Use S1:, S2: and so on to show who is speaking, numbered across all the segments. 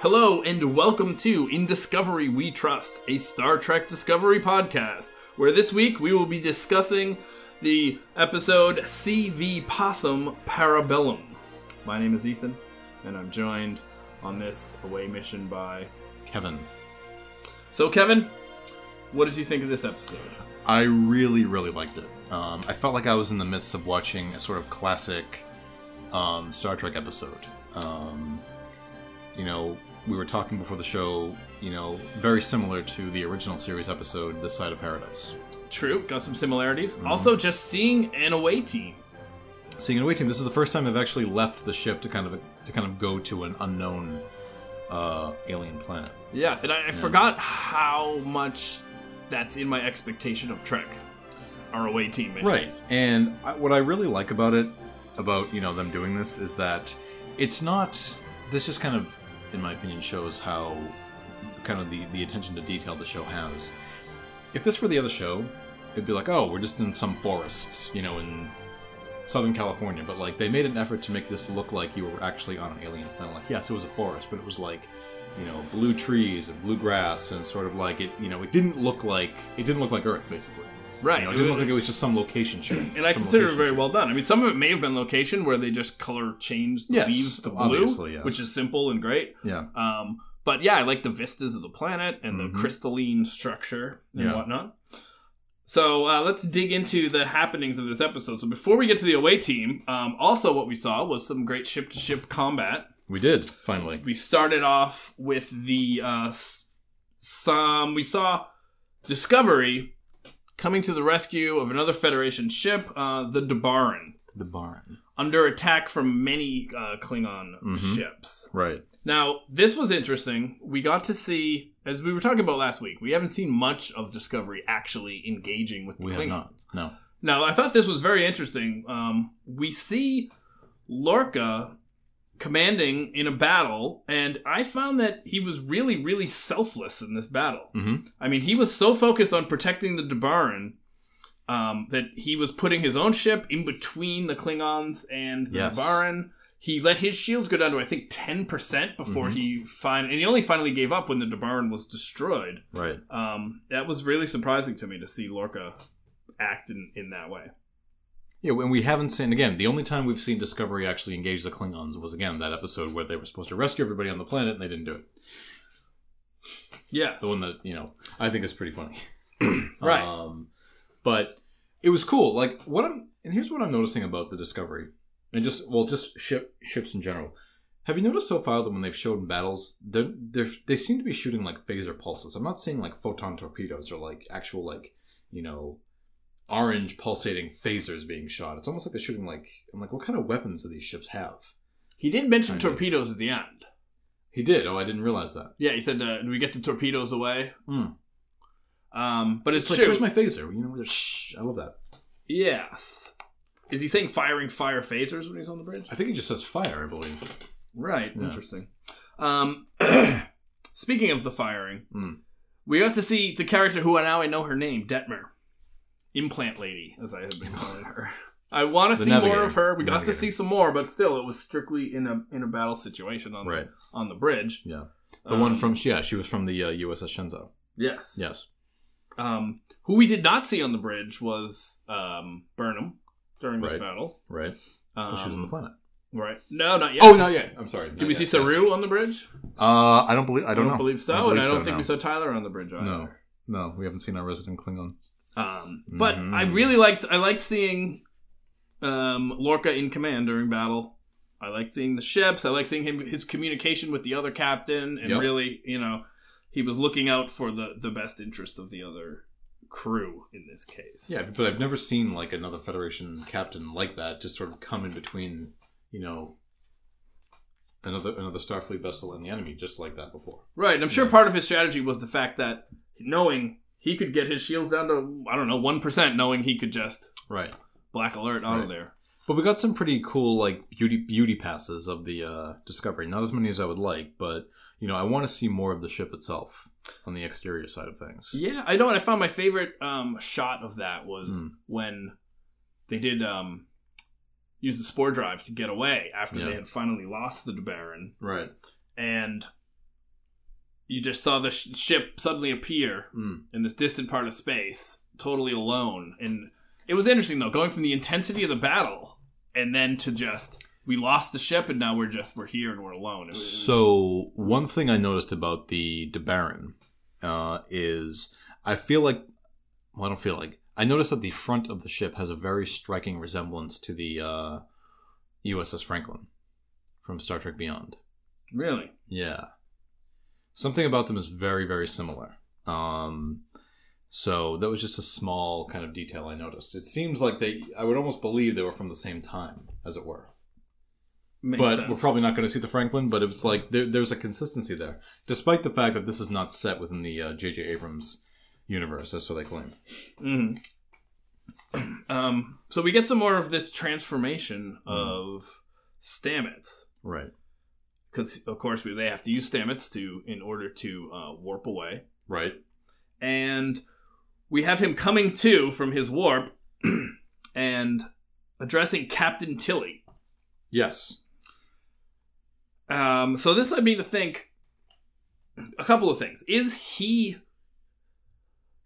S1: Hello, and welcome to In Discovery We Trust, a Star Trek Discovery podcast, where this week we will be discussing the episode CV Possum Parabellum. My name is Ethan, and I'm joined on this away mission by.
S2: Kevin,
S1: So, Kevin, what did you think of this episode?
S2: I really, really liked it. Um, I felt like I was in the midst of watching a sort of classic um, Star Trek episode. Um, you know, we were talking before the show, you know, very similar to the original series episode, This Side of Paradise.
S1: True, got some similarities. Also, just seeing an away team.
S2: Seeing an away team, this is the first time they've actually left the ship to kind of to kind of go to an unknown uh, alien planet.
S1: Yes, and I, I forgot how much that's in my expectation of Trek, our away team missions.
S2: right and I, what i really like about it about you know them doing this is that it's not this just kind of in my opinion shows how kind of the, the attention to detail the show has if this were the other show it'd be like oh we're just in some forest you know in southern california but like they made an effort to make this look like you were actually on an alien planet like yes it was a forest but it was like you know blue trees and blue grass and sort of like it you know it didn't look like it didn't look like earth basically
S1: Right.
S2: you know, it didn't look like it was just some location show.
S1: and I consider it very well done. I mean, some of it may have been location where they just color changed the
S2: Yes,
S1: leaves to blue,
S2: obviously, yes.
S1: which is simple and great.
S2: Yeah.
S1: Um, but yeah, I like the vistas of the planet and
S2: Mhm.
S1: the crystalline structure and
S2: Yeah.
S1: whatnot. So uh, let's dig into the happenings of this episode. So before we get to the away team, um, also what we saw was some great ship-to-ship combat.
S2: We did, finally.
S1: We started off with the uh, s- some we saw Discovery coming to the rescue of another Federation ship, uh, the Debaran,
S2: The barn.
S1: under attack from many uh, Klingon
S2: Mhm.
S1: ships.
S2: Right.
S1: Now, this was interesting. We got to see, as we were talking about last week, we haven't seen much of Discovery actually engaging with the
S2: We have
S1: Klingons.
S2: not. No.
S1: Now, I thought this was very interesting. Um, we see Lorca commanding in a battle, and I found that he was really, really selfless in this battle.
S2: Mhm.
S1: I mean, he was so focused on protecting the Debaran um, that he was putting his own ship in between the Klingons and the
S2: Yes.
S1: Debaran. He let his shields go down to, I think, 10% before
S2: Mhm.
S1: he fin- and he only finally gave up when the Debaran was destroyed.
S2: Right.
S1: Um, that was really surprising to me to see Lorca act in, in that way.
S2: Yeah, and we haven't seen, again, the only time we've seen Discovery actually engage the Klingons was, again, that episode where they were supposed to rescue everybody on the planet and they didn't do it.
S1: Yes.
S2: The one that, you know, I think is pretty funny.
S1: Right.
S2: Um, but it was cool. Like, what I'm, and here's what I'm noticing about the Discovery, and just, well, just ship ships in general. Have you noticed so far that when they've shown battles, they're, they're, they seem to be shooting like phaser pulses? I'm not seeing like photon torpedoes or like actual like you know orange pulsating phasers being shot. It's almost like they're shooting like I'm like, what kind of weapons do these ships have?
S1: He did mention
S2: Kind of.
S1: torpedoes at the end.
S2: He did. Oh, I didn't realize that.
S1: Yeah, he said, uh, "Do we get the torpedoes away?"
S2: Hmm.
S1: Um, but it's,
S2: It's like,
S1: true.
S2: here's my phaser. You know, they're- shh. I love that.
S1: yes. Is he saying firing fire phasers when he's on the bridge?
S2: I think it just says fire. I believe.
S1: Right.
S2: Yeah.
S1: Interesting. Um, speaking of the firing,
S2: Mm.
S1: we got to see the character who I now I know her name, Detmer, implant lady, as I have been calling her. I want to
S2: The
S1: see more
S2: navigator.
S1: of her. We got to
S2: Navigator.
S1: see some more, but still, it was strictly in a in a battle situation on
S2: Right.
S1: on the bridge.
S2: Yeah. The one
S1: Um,
S2: from yeah, she was from the uh, USS Shenzo.
S1: yes,
S2: Yes.
S1: Um, who we did not see on the bridge was um, Burnham during this
S2: Right.
S1: battle.
S2: Right.
S1: Um,
S2: she was on the planet.
S1: Right. No, not yet.
S2: Oh, not yet. I'm sorry.
S1: did we see Saru on the bridge?
S2: Uh, I don't believe. I don't, know.
S1: believe so, and I don't think we saw Tyler on the bridge either.
S2: No. No, we haven't seen our resident Klingon.
S1: Um, but
S2: Mhm.
S1: I really liked I liked seeing um, Lorca in command during battle. I liked seeing the ships. I liked seeing him his communication with the other captain, and
S2: Yep.
S1: really, you know, he was looking out for the the best interest of the other crew in this case.
S2: Yeah, but I've never seen like another Federation captain like that just sort of come in between, you know, another another Starfleet vessel and the enemy just like that before.
S1: Right, and I'm sure part of his strategy was the fact that knowing he could get his shields down to I don't know one percent, knowing he could just
S2: Right.
S1: black alert out of
S2: Right.
S1: there.
S2: But we got some pretty cool like beauty beauty passes of the uh, Discovery. Not as many as I would like, but you know, I want to see more of the ship itself on the exterior side of things.
S1: Yeah, I know. And I found my favorite um, shot of that was
S2: Hmm.
S1: when they did um, use the spore drive to get away after
S2: Yeah.
S1: they had finally lost the Debaran,
S2: Right.
S1: and you just saw the sh- ship suddenly appear
S2: Mm.
S1: in this distant part of space, totally alone. And it was interesting though, going from the intensity of the battle and then to just we lost the ship and now we're just we're here and we're alone. It was-
S2: So one thing I noticed about the DeBaron uh, is I feel like well, I don't feel like I noticed that the front of the ship has a very striking resemblance to the uh, USS Franklin from Star Trek Beyond.
S1: really,
S2: Yeah, something about them is very very similar. Um, so that was just a small kind of detail I noticed. It seems like they I would almost believe they were from the same time, as it were
S1: Makes
S2: but
S1: sense.
S2: we're probably not going to see the Franklin. But it's like there, there's a consistency there, despite the fact that this is not set within the uh, J.J. Abrams universe, as so they claim.
S1: Mhm. um, so we get some more of this transformation of Stamets.
S2: Right.
S1: Because of course we, they have to use Stamets to in order to uh, warp away.
S2: Right.
S1: and we have him coming to from his warp and addressing Captain Tilly.
S2: Yes.
S1: Um, so this led me to think a couple of things. Is he,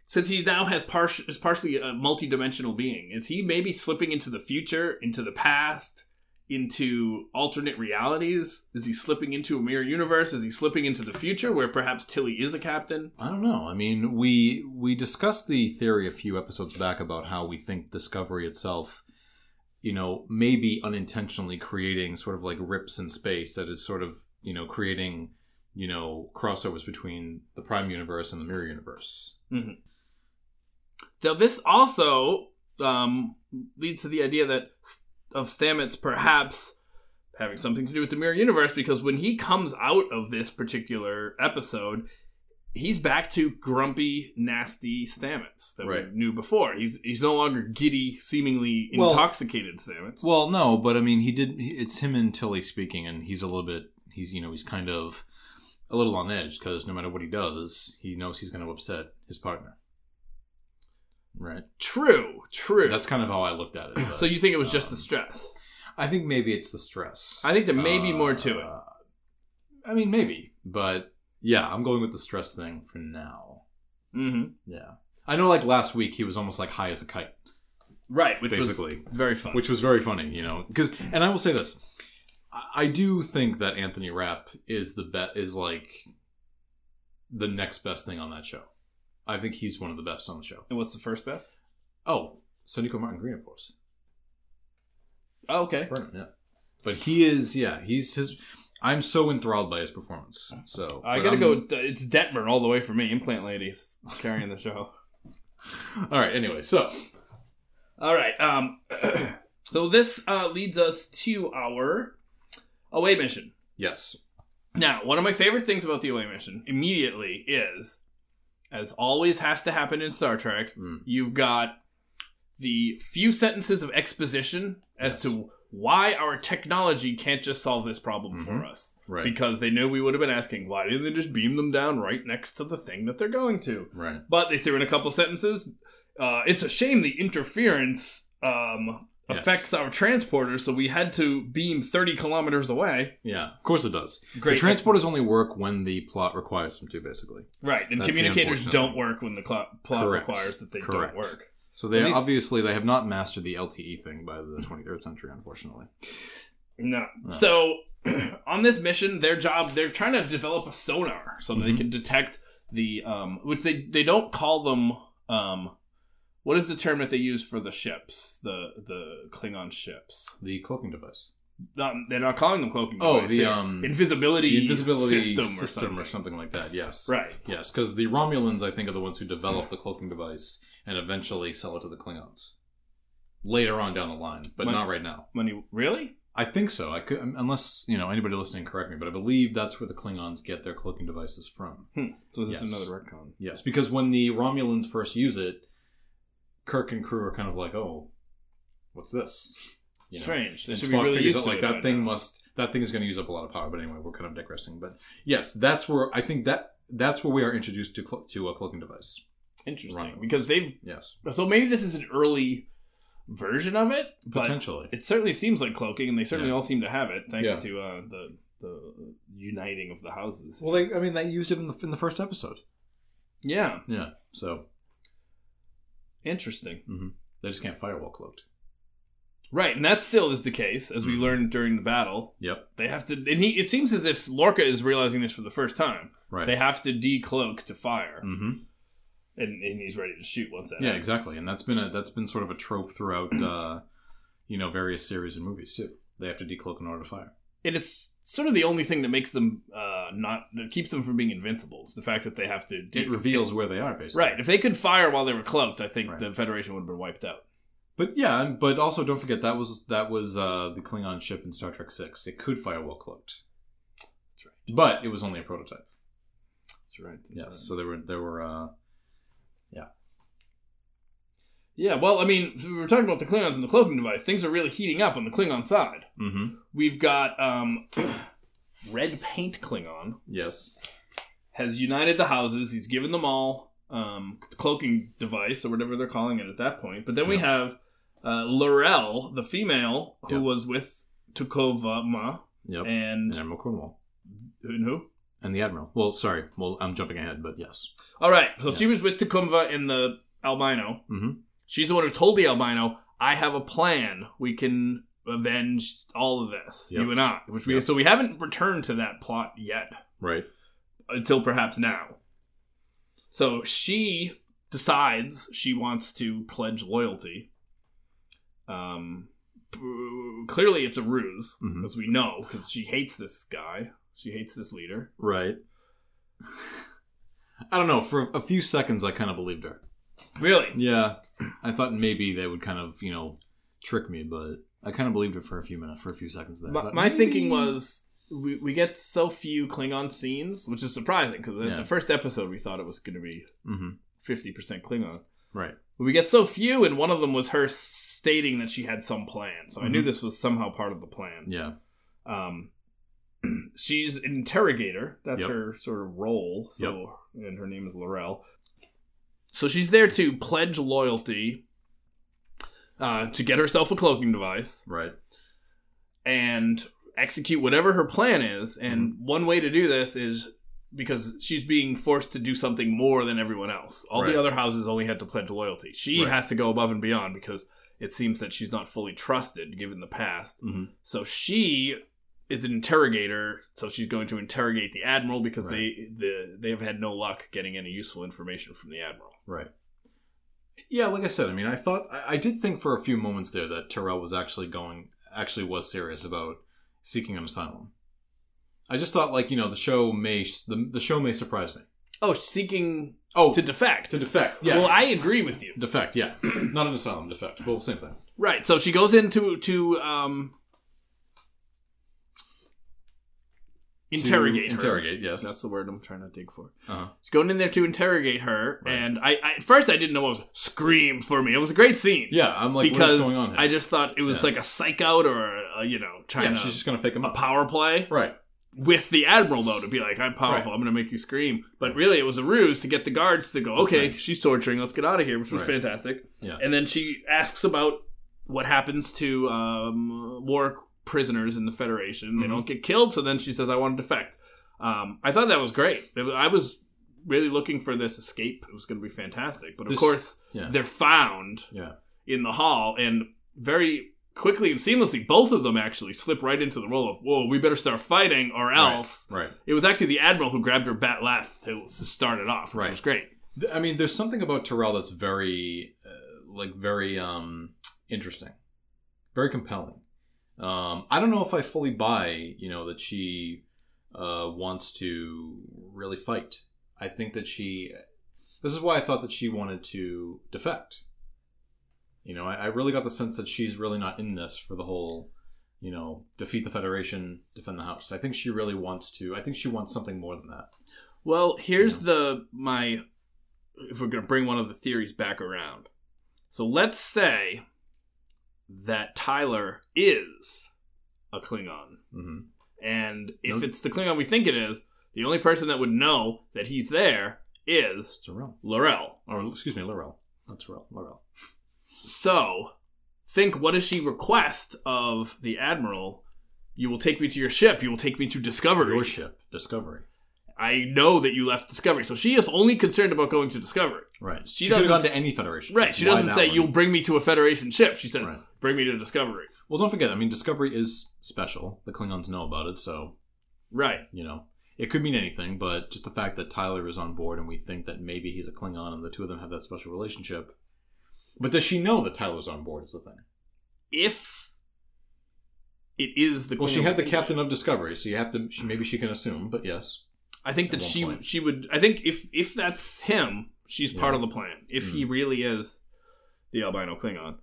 S1: since he now has partial, is partially a multi-dimensional being, is he maybe slipping into the future, into the past, into alternate realities? Is he slipping into a mirror universe? Is he slipping into the future where perhaps Tilly is a captain?
S2: I don't know. I mean, we we discussed the theory a few episodes back about how we think Discovery itself, you know, maybe unintentionally creating sort of like rips in space that is sort of you know creating you know crossovers between the prime universe and the mirror universe.
S1: So this also um, leads to the idea that of Stamets perhaps having something to do with the mirror universe because when he comes out of this particular episode, he's back to grumpy, nasty Stamets that
S2: Right.
S1: we knew before. He's he's no longer giddy, seemingly
S2: Well-
S1: intoxicated Stamets.
S2: Well, no, but I mean, he did. he- It's him and Tilly speaking, and he's a little bit. He's you know he's kind of a little on edge because no matter what he does, he knows he's going to upset his partner. Right.
S1: true, true.
S2: That's kind of how I looked at it. but,
S1: so you think it was just
S2: um,
S1: the stress?
S2: I think maybe it's the stress.
S1: I think there may be more to it.
S2: Uh, I mean, maybe, but yeah, I'm going with the stress thing for now.
S1: hmm
S2: Yeah. I know, like last week, he was almost like high as a kite.
S1: Right, which
S2: Basically.
S1: was very fun.
S2: which was very funny, you know. Because, and I will say this, I- I do think that Anthony Rapp is the bet is like the next best thing on that show. I think he's one of the best on the show.
S1: and what's the first best?
S2: Oh, so Nico Martin Green, of course.
S1: Oh, okay.
S2: Burnham, yeah. But he is, yeah, he's his. I'm so enthralled by his performance. So
S1: I
S2: but
S1: gotta go.
S2: I'm-
S1: It's Detmer all the way for me. Implant ladies carrying the show.
S2: All right. Anyway, so
S1: All right. Um, so this uh, leads us to our away mission.
S2: yes,
S1: Now, one of my favorite things about the away mission immediately is, as always has to happen in Star Trek,
S2: Mm.
S1: you've got the few sentences of exposition as
S2: Yes.
S1: to why our technology can't just solve this problem for us.
S2: Mm-hmm. right,
S1: Because they knew we would have been asking, why didn't they just beam them down right next to the thing that they're going to?
S2: right,
S1: but they threw in a couple sentences. Uh, it's a shame the interference um,
S2: Yes.
S1: affects our transporter, so we had to beam 30 kilometers away.
S2: yeah. Of course it does.
S1: Great.
S2: the transporters only work when the plot requires them to, basically.
S1: Right, and
S2: That's the
S1: communicators
S2: unfortunate
S1: don't
S2: thing.
S1: work when the cl- plot
S2: Correct.
S1: requires that they
S2: Correct.
S1: don't work.
S2: So they
S1: At least-
S2: obviously they have not mastered the LTE thing by the 23rd century, unfortunately.
S1: No. So on this mission, their job, they're trying to develop a sonar so that they
S2: Mhm.
S1: can detect the, um, which they, they don't call them, um, what is the term that they use for the ships, the the Klingon ships?
S2: The cloaking device.
S1: Um, they're not calling them cloaking.
S2: Oh,
S1: device.
S2: the
S1: They're-
S2: um
S1: invisibility,
S2: the invisibility
S1: system,
S2: system,
S1: or, something.
S2: or, something. like that. Yes,
S1: Right.
S2: Yes, because the Romulans I think are the ones who develop the cloaking device and eventually sell it to the Klingons later on down the line, but
S1: Like-
S2: not right now.
S1: Money really?
S2: I think so. I could, unless you know anybody listening, correct me, but I believe that's where the Klingons get their cloaking devices from.
S1: So is this
S2: Yes.
S1: another retcon?
S2: Yes, because when the Romulans first use it, Kirk and crew are kind of like, "Oh, what's this?" You know?
S1: Strange. They
S2: And
S1: should
S2: Spock
S1: be really
S2: figures
S1: used
S2: out,
S1: to
S2: like
S1: it
S2: that
S1: by
S2: thing
S1: now.
S2: must that thing is going to use up a lot of power. But anyway, we're kind of digressing. But yes, that's where I think that that's where we are introduced to clo to a cloaking device.
S1: Interesting,
S2: Romulans.
S1: because they've
S2: Yes,
S1: so maybe this is an early version of it, but
S2: potentially.
S1: it certainly seems like cloaking, and they certainly
S2: Yeah.
S1: all seem to have it thanks
S2: Yeah.
S1: to uh, the the uniting of the houses.
S2: Well, they, I mean, they used it in the in the first episode.
S1: Yeah,
S2: Yeah. So
S1: interesting.
S2: mhm. they just can't firewall cloaked.
S1: Right, and that still is the case, as we
S2: Mhm.
S1: learned during the battle.
S2: Yep.
S1: They have to, and he. It seems as if Lorca is realizing this for the first time.
S2: Right.
S1: They have to decloak to fire,
S2: mm-hmm.
S1: and, and he's ready to shoot once that.
S2: Yeah,
S1: happens.
S2: exactly, and that's been a that's been sort of a trope throughout, uh, you know, various series and movies too. They have to decloak in order to fire.
S1: And it's sort of the only thing that makes them uh, not that keeps them from being invincible. Is the fact that they have to. De-
S2: It reveals where they are, basically.
S1: Right. If they could fire while they were cloaked, I think
S2: Right.
S1: the Federation would have been wiped out.
S2: But yeah, and- but also don't forget that was that was uh, the Klingon ship in Star Trek Six. It could fire well cloaked.
S1: That's right.
S2: But it was only a prototype.
S1: That's right. That's
S2: yes.
S1: right.
S2: So there were there were uh,
S1: Yeah, well, I mean, so we were talking about the Klingons and the cloaking device. Things are really heating up on the Klingon side.
S2: mm-hmm.
S1: We've got um, Red Paint Klingon
S2: yes.
S1: has united the houses. He's given them all um, cloaking device or whatever they're calling it at that point. But then we
S2: Yeah.
S1: have uh, Laurel, the female who
S2: Yeah.
S1: was with Tukova Ma
S2: Yep. And,
S1: and,
S2: Admiral Cornwall
S1: and who?
S2: and the Admiral. Well, sorry. Well, I'm jumping ahead, but yes.
S1: All right, so she
S2: Yes.
S1: was with Tukumva and the albino.
S2: Mhm.
S1: She's the one who told the albino, "I have a plan. We can avenge all of this,
S2: Yep.
S1: you and I." Which we
S2: Yep.
S1: so we haven't returned to that plot yet
S2: Right.
S1: until perhaps now. So she decides she wants to pledge loyalty. Um, p- clearly it's a ruse,
S2: Mhm.
S1: as we know, because she hates this guy. She hates this leader.
S2: Right. I don't know. For a few seconds, I kind of believed her.
S1: Really?
S2: Yeah, I thought maybe they would kind of you know trick me, but I kind of believed it for a few minutes, for a few seconds there.
S1: My,
S2: But
S1: my thinking
S2: maybe-
S1: was we, we get so few Klingon scenes, which is surprising because
S2: Yeah.
S1: the first episode we thought it was going to be
S2: Mhm.
S1: 50% Klingon.
S2: right.
S1: We get so few, and one of them was her stating that she had some plan. So I knew
S2: Mhm.
S1: this was somehow part of the plan.
S2: Yeah,
S1: Um, she's an interrogator. That's
S2: Yep.
S1: her sort of role. So, and her name is Laurel. So she's there to pledge loyalty, uh, to get herself a cloaking device
S2: right.
S1: and execute whatever her plan is. And
S2: Mm-hmm.
S1: one way to do this is because she's being forced to do something more than everyone else. All
S2: Right.
S1: the other houses only had to pledge loyalty. She
S2: Right.
S1: has to go above and beyond because it seems that she's not fully trusted given the past.
S2: Mhm.
S1: So she is an interrogator, so she's going to interrogate the admiral because they the they have had no luck getting any useful information from the admiral.
S2: Right. Yeah, like I said, I mean, I thought I, I did think for a few moments there that Terrell was actually going, actually was serious about seeking an asylum. I just thought, like you know, the show may the, the show may surprise me.
S1: Oh, seeking
S2: Oh,
S1: to
S2: to,
S1: defect.
S2: to defect. Yes.
S1: Well, I agree with you.
S2: defect. Yeah, not an asylum. Defect. Well, same thing.
S1: Right. So she goes into to um
S2: To
S1: interrogate her.
S2: Interrogate. Yes.
S1: That's the word I'm trying to dig for.
S2: uh-huh.
S1: She's going in there to interrogate her,
S2: Right.
S1: and I, I at first I didn't know what was scream for me. It was a great scene.
S2: Yeah, I'm like,
S1: because
S2: what is going on here?
S1: I just thought it was
S2: Yeah.
S1: like a psych out or a, you know trying
S2: yeah,
S1: to
S2: she's just gonna fake him
S1: a
S2: up.
S1: power play
S2: Right.
S1: with the admiral though to be like I'm powerful, I'm going to make you scream. But really, it was a ruse to get the guards to go. Okay,
S2: Okay.
S1: she's torturing. Let's get out of here, which was
S2: Right.
S1: fantastic.
S2: Yeah.
S1: And then she asks about what happens to um, war prisoners in the Federation. They
S2: Mhm.
S1: don't get killed, so then she says, "I want to defect." Um, I thought that was great. It was- I was really looking for this escape. It was going to be fantastic, but of
S2: This-
S1: course,
S2: yeah.
S1: they're found
S2: Yeah.
S1: in the hall and very quickly and seamlessly both of them actually slip right into the role of whoa we better start fighting or else
S2: Right.
S1: it was actually the admiral who grabbed her bat lath to start it off which
S2: Right.
S1: was great
S2: Th- I mean, there's something about Terrell that's very, uh, like, very um, interesting, very compelling. Um, I don't know if I fully buy, you know, that she uh, wants to really fight. I think that she. This is why I thought that she wanted to defect. You know, I, I really got the sense that she's really not in this for the whole, you know, defeat the Federation, defend the House. I think she really wants to. I think she wants something more than that.
S1: Well, here's the my if we're going to bring one of the theories back around. So let's say that Tyler is a Klingon.
S2: Mm-hmm.
S1: And if
S2: Nope.
S1: it's the Klingon we think it is, the only person that would know that he's there is
S2: It's a realm.
S1: Laurel.
S2: or excuse me, Laurel. That's Laurel. Laurel.
S1: So think what does she request of the Admiral You will take me to your ship. You will take me to Discovery.
S2: Your ship, Discovery.
S1: I know that you left Discovery. So she is only concerned about going to Discovery.
S2: Right.
S1: She
S2: She, could have
S1: doesn't
S2: gone to
S1: s-
S2: any Federation.
S1: Right.
S2: ship.
S1: She
S2: Why
S1: doesn't
S2: that
S1: say,
S2: one?
S1: you'll bring me to a Federation ship. She says,
S2: Right.
S1: bring me to Discovery.
S2: Well, don't forget. I mean, Discovery is special. The Klingons know about it, so
S1: Right.
S2: you know it could mean anything. But just the fact that Tyler is on board, and we think that maybe he's a Klingon, and the two of them have that special relationship. But does she know that Tyler's on board? Is the thing.
S1: If it is the
S2: Well, she
S1: Klingon-
S2: had the captain of Discovery, so you have to. She, maybe she can assume, but yes.
S1: I think
S2: at
S1: that
S2: one
S1: she
S2: point.
S1: she would. I think if if that's him, she's part
S2: Yeah. Mm.
S1: of the plan. If he really is the albino Klingon,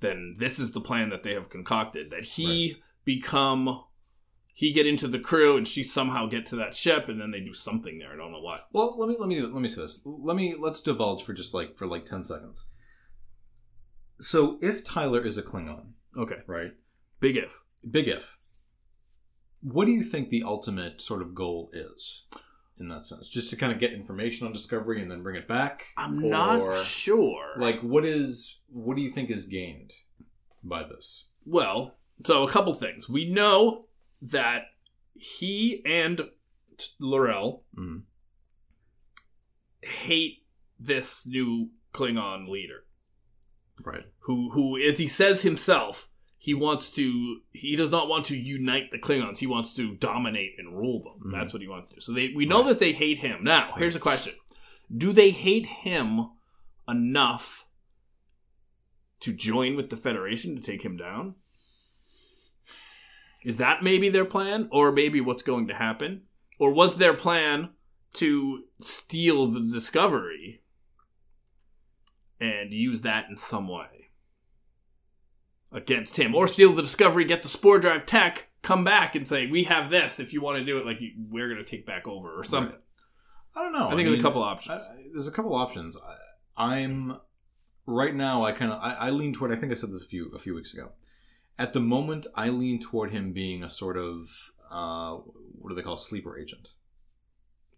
S1: then this is the plan that they have concocted. That he become he get into the crew and she somehow get to that ship and then they do something there. I don't know what.
S2: Well, let me let me let me say this. Let me let's divulge for just like for like ten seconds. So if Tyler is a Klingon,
S1: Okay,
S2: right?
S1: big if.
S2: Big if. What do you think the ultimate sort of goal is in that sense? Just to kind of get information on Discovery and then bring it back?
S1: I'm
S2: Or,
S1: not sure.
S2: like what is what do you think is gained by this?
S1: Well, so a couple things. We know that he and T- Laurel
S2: Mm.
S1: hate this new Klingon leader,
S2: Right.
S1: who who as he says himself, he wants to he does not want to unite the Klingons. He wants to dominate and rule them.
S2: Mhm.
S1: That's what he wants to do. So they we know
S2: Right.
S1: that they hate him. Now, here's a question. Do they hate him enough to join with the Federation to take him down? Is that maybe their plan, or maybe what's going to happen? Or was their plan to steal the discovery and use that in some way against him? Or steal the discovery, get the spore drive tech, come back and say, We have this. If you want to do it, like, you- we're going to take back over or something.
S2: I don't know.
S1: I think there's a
S2: mean,
S1: couple options.
S2: I- I- there's a couple options. I, I'm right now. I kind of I, I lean toward. I think I said this a few a few weeks ago. At the moment, I lean toward him being a sort of uh, what do they call sleeper agent?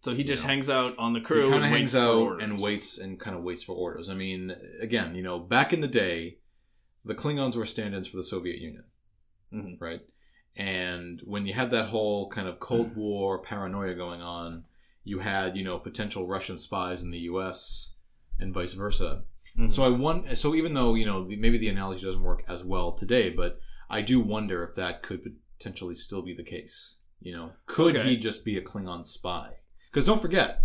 S1: so he just
S2: Yeah.
S1: hangs out on the
S2: He
S1: crew and
S2: kind of
S1: waits
S2: hangs
S1: for
S2: out
S1: orders.
S2: and waits and kind of waits for orders. I mean, again, you know, back in the day, the Klingons were stand-ins for the Soviet Union,
S1: Mhm.
S2: right? And when you had that whole kind of Cold War paranoia going on, you had you know potential Russian spies in the U.S. and vice versa.
S1: Mhm.
S2: So I want. So even though you know the, maybe the analogy doesn't work as well today, but I do wonder if that could potentially still be the case. You know, could
S1: Okay.
S2: he just be a Klingon spy? Because don't forget,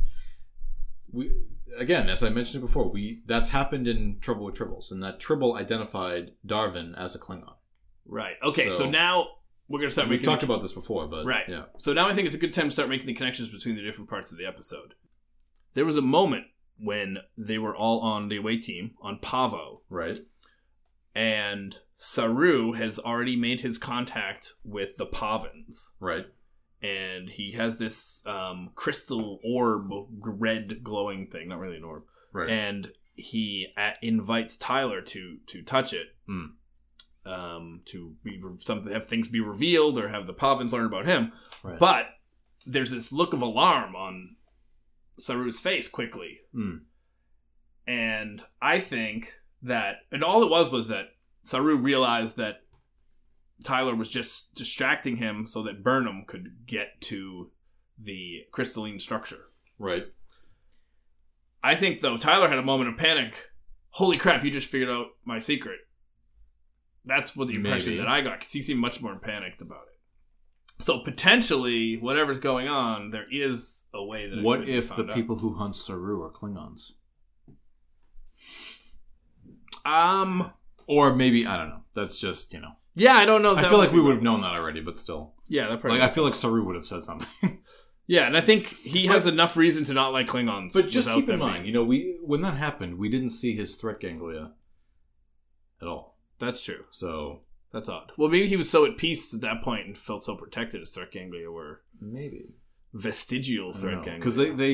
S2: we again, as I mentioned before, we that's happened in Trouble with Tribbles, and that Tribble identified Darwin as a Klingon.
S1: Right. Okay. So,
S2: So-
S1: now we're gonna start
S2: We've
S1: making.
S2: talked about this before, but
S1: Right.
S2: Yeah,
S1: so now I think it's a good time to start making the connections between the different parts of the episode. There was a moment when they were all on the away team on Pavo,
S2: right.
S1: and Saru has already made his contact with the Pavans,
S2: Right.
S1: and he has this um, crystal orb, red glowing thing. Not really an orb.
S2: Right.
S1: and he a invites Tyler to to touch it,
S2: Mm.
S1: um, to be re- something have things be revealed or have the Pavans learn about him.
S2: Right.
S1: But there's this look of alarm on Saru's face quickly,
S2: Mm.
S1: and I think that and all it was was that Saru realized that Tyler was just distracting him so that Burnham could get to the crystalline structure.
S2: right.
S1: I think though Tyler had a moment of panic. Holy crap! You just figured out my secret. That's what the impression
S2: Maybe.
S1: that I got because he seemed much more panicked about it. So potentially, whatever's going on, there is a way that. It could
S2: What
S1: be
S2: if the
S1: found out.
S2: people who hunt Saru are Klingons?
S1: Um.
S2: Or maybe I don't know. That's just you know.
S1: Yeah, I don't know.
S2: I
S1: that
S2: feel like
S1: be
S2: we would have
S1: right.
S2: known that already, but still.
S1: Yeah, that probably.
S2: Like I feel like Saru would have said something.
S1: yeah, and I think he has enough reason to not like Klingons.
S2: but just
S1: without
S2: keep in
S1: them being-
S2: mind, you know, we when that happened, we didn't see his threat ganglia at all.
S1: that's true.
S2: So
S1: That's odd. Well, maybe he was so at peace at that point and felt so protected as threat ganglia were
S2: maybe
S1: vestigial threat ganglia.
S2: because they they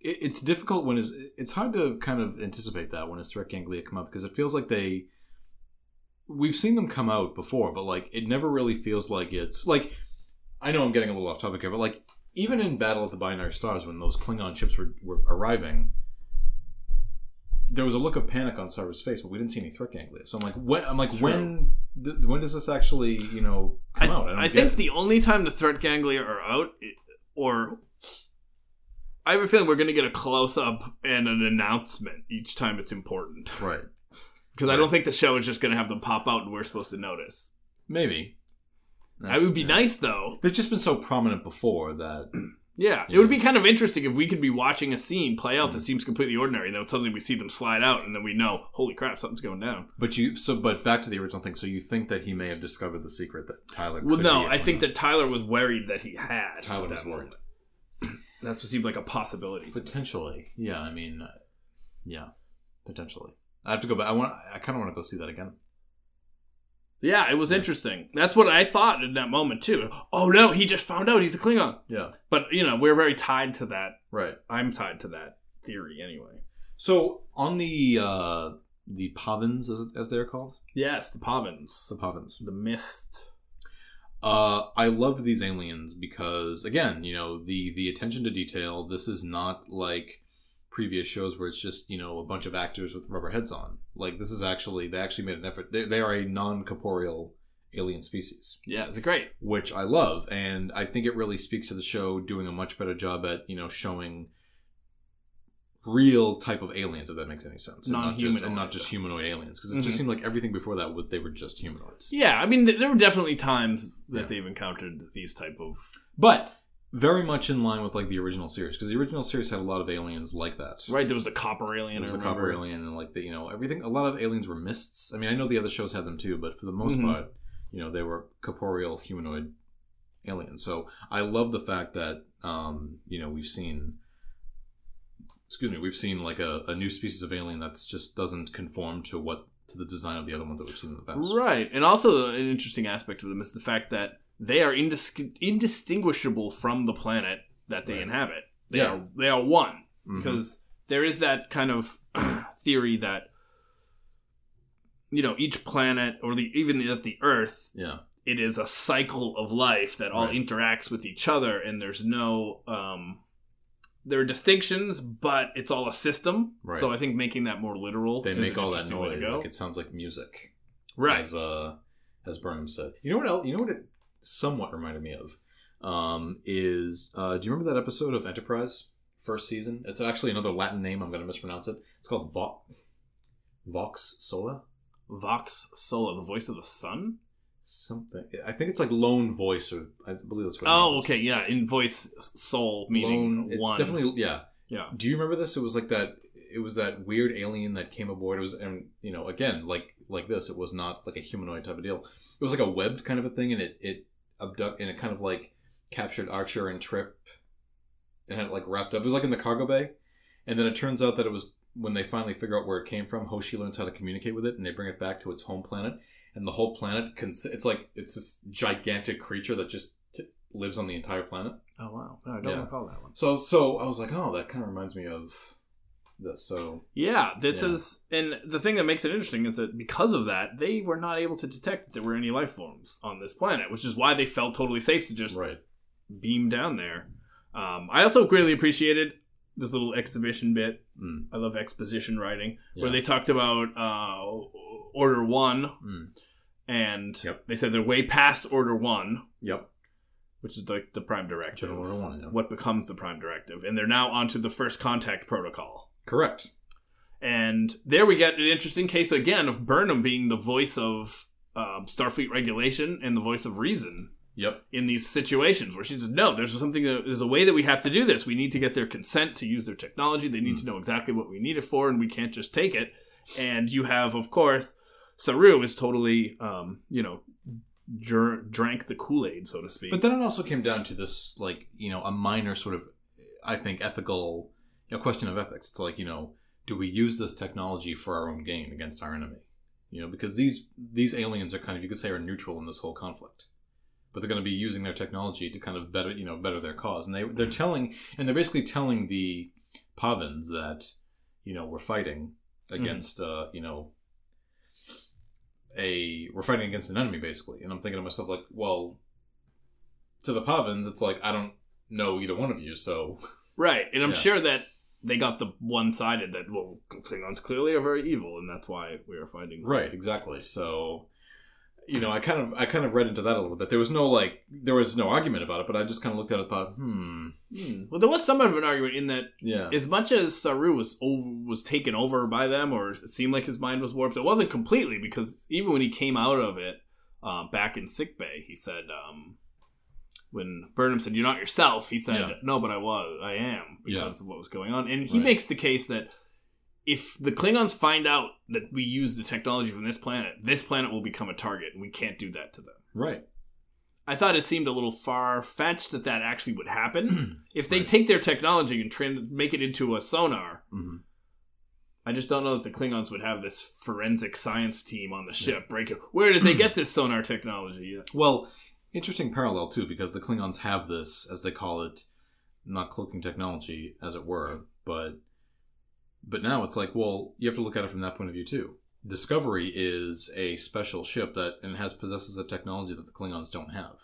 S2: it, it's difficult when is it's hard to kind of anticipate that when his threat ganglia come up because it feels like they we've seen them come out before, but like it never really feels like it's like I know I'm getting a little off topic here, but like even in Battle at the Binary Stars when those Klingon ships were, were arriving, there was a look of panic on Cyrus' face, but we didn't see any threat ganglia. So I'm like, when I'm like,
S1: True.
S2: when th- when does this actually, you know,
S1: I,
S2: come out? I, don't
S1: I
S2: get
S1: think
S2: it.
S1: the only time the threat ganglia are out, i- or I have a feeling we're going to get a close up and an announcement each time it's important.
S2: right.
S1: Because I don't think the show is just going to have them pop out and we're supposed to notice.
S2: Maybe.
S1: That would be
S2: yeah.
S1: nice, though.
S2: They've just been so prominent before that.
S1: Yeah, it
S2: Yeah. Mm.
S1: would be kind of interesting if we could be watching a scene play out that seems completely ordinary, and then suddenly we see them slide out, and then we know, holy crap, something's going down.
S2: But you so but back to the original thing. So you think that he may have discovered the secret that Tyler?
S1: Well,
S2: could
S1: no,
S2: be
S1: I think
S2: on
S1: that Tyler was worried that he had.
S2: Tyler
S1: at
S2: was
S1: that
S2: worried.
S1: moment. That's what seemed like a possibility. to me.
S2: Potentially, yeah. I mean, uh, yeah, potentially. I have to go back. I want. I kind of want to go see that again.
S1: Yeah, it was interesting. That's what I thought in that moment too. Oh no, he just found out he's a Klingon.
S2: Yeah.
S1: But you know, we're very tied to that.
S2: Right.
S1: I'm tied to that theory anyway.
S2: So on the uh the Pavins, as, as they're called,
S1: Yes, the Pavins,
S2: the Pavins.
S1: the mist.
S2: Uh, I loved these aliens because again, you know, the the attention to detail. This is not like previous shows where it's just you know a bunch of actors with rubber heads on. Like this is actually they actually made an effort. They, they are a non corporeal alien species.
S1: Yeah, it's great.
S2: which I love, and I think it really speaks to the show doing a much better job at you know showing real type of aliens, if that makes any sense, and not just, and
S1: Non-humanoid,
S2: not just humanoid aliens, because it
S1: Mhm.
S2: just seemed like everything before that was they were just humanoids.
S1: Yeah, I mean, th- there were definitely times that
S2: Yeah.
S1: they've encountered these type of.
S2: But very much in line with like the original series, because the original series had a lot of aliens like that.
S1: Right, there was the copper alien.
S2: It was
S1: I
S2: a copper
S1: remember.
S2: alien, and like the you know everything. A lot of aliens were mists. I mean, I know the other shows had them too, but for the most
S1: Mhm.
S2: part, you know, they were corporeal humanoid aliens. So I love the fact that um, you know we've seen, excuse me, we've seen like a, a new species of alien that's just doesn't conform to what to the design of the other ones that we've seen in the past.
S1: Right, and also an interesting aspect of them is the fact that they are indis- indistinguishable from the planet that they
S2: Right.
S1: inhabit. They
S2: Yeah.
S1: are they are one.
S2: Mhm.
S1: because there is that kind of theory that you know each planet or the even at the earth
S2: yeah,
S1: it is a cycle of life that all
S2: Right.
S1: interacts with each other and there's no um there are distinctions but it's all a system
S2: Right.
S1: so i think making that more literal
S2: they
S1: is
S2: make
S1: an
S2: all that
S1: interesting way to
S2: noise.
S1: go.
S2: Like it sounds like music.
S1: right
S2: as uh, as Burnham said. You know what? Else, you know what? It somewhat reminded me of um, is uh, do you remember that episode of Enterprise first season? It's actually another Latin name. I'm going to mispronounce it. It's called Vo- Vox Sola
S1: vox sola the voice of the sun
S2: something. I think it's like lone voice, or I believe that's what. it
S1: oh
S2: means.
S1: okay yeah in voice soul meaning
S2: Lone. It's
S1: one
S2: definitely yeah.
S1: yeah
S2: Do you remember this? It was like that. It was that weird alien that came aboard. It was, and you know, again, like like this. It was not like a humanoid type of deal. It was like a webbed kind of a thing, and it it abduct and it kind of like captured Archer and Trip, and had it like wrapped up. It was like in the cargo bay, and then it turns out that it was when they finally figure out where it came from. Hoshi learns how to communicate with it, and they bring it back to its home planet. And the whole planet, cons- it's like it's this gigantic creature that just t- lives on the entire planet.
S1: oh wow no, i don't
S2: Yeah.
S1: recall that one
S2: So so I was like, oh, that kind of reminds me of this. So
S1: Yeah, this
S2: Yeah.
S1: is, and the thing that makes it interesting is that because of that, they were not able to detect that there were any life forms on this planet, which is why they felt totally safe to just
S2: right,
S1: beam down there. Um, I also greatly appreciated this little exhibition bit.
S2: Mm.
S1: I love exposition writing where
S2: Yeah.
S1: they talked about uh, Order One,
S2: Mm.
S1: and
S2: Yep.
S1: they said they're way past Order One,
S2: yep,
S1: which is like the Prime Directive,
S2: General Order One, yeah.
S1: what becomes the Prime Directive, and they're now onto the First Contact Protocol.
S2: correct.
S1: And there we get an interesting case again of Burnham being the voice of um, Starfleet regulation and the voice of reason
S2: Yep,
S1: in these situations where she says, no, there's something, that- there's a way that we have to do this. We need to get their consent to use their technology. They need
S2: Hmm.
S1: to know exactly what we need it for, and we can't just take it. And you have, of course, Saru is totally, um, you know, dr- drank the Kool Aid, so to speak.
S2: but then it also came down to this, like you know, a minor sort of, I think, ethical, you know, question of ethics. It's like you know, do we use this technology for our own gain against our enemy? You know, because these these aliens are kind of you could say are neutral in this whole conflict, but they're going to be using their technology to kind of better you know better their cause, and they they're telling and they're basically telling the Pavans that you know we're fighting against uh you know a we're fighting against an enemy basically and i'm thinking to myself like well to the pavans it's like i don't know either one of you so
S1: Right, and I'm
S2: Yeah.
S1: sure that they got the one-sided that well, Klingons clearly are very evil, and that's why we are fighting. them.
S2: right exactly so you know, I kind of I kind of read into that a little bit. There was no like there was no argument about it, but I just kind of looked at it and thought, hmm,
S1: Hmm. Well, there was somewhat of an argument in that
S2: yeah.
S1: as much as Saru was over, was taken over by them, or it seemed like his mind was warped, it wasn't completely because even when he came out of it uh, back in sick bay, he said um, when Burnham said, "You're not yourself," he said,
S2: Yeah.
S1: "No, but I was. I am
S2: Yeah.
S1: because of what was going on." And he
S2: Right.
S1: makes the case that if the Klingons find out that we use the technology from this planet, this planet will become a target, and we can't do that to them.
S2: right.
S1: I thought it seemed a little far fetched that that actually would happen. if they
S2: Right.
S1: take their technology and tran make it into a sonar,
S2: hmm
S1: I just don't know that the Klingons would have this forensic science team on the ship. Break it. Where did they get this sonar technology?
S2: Well, interesting parallel too, because the Klingons have this, as they call it, not cloaking technology, as it were, but but now it's like, well, you have to look at it from that point of view too. Discovery is a special ship that and has possesses a technology that the Klingons don't have.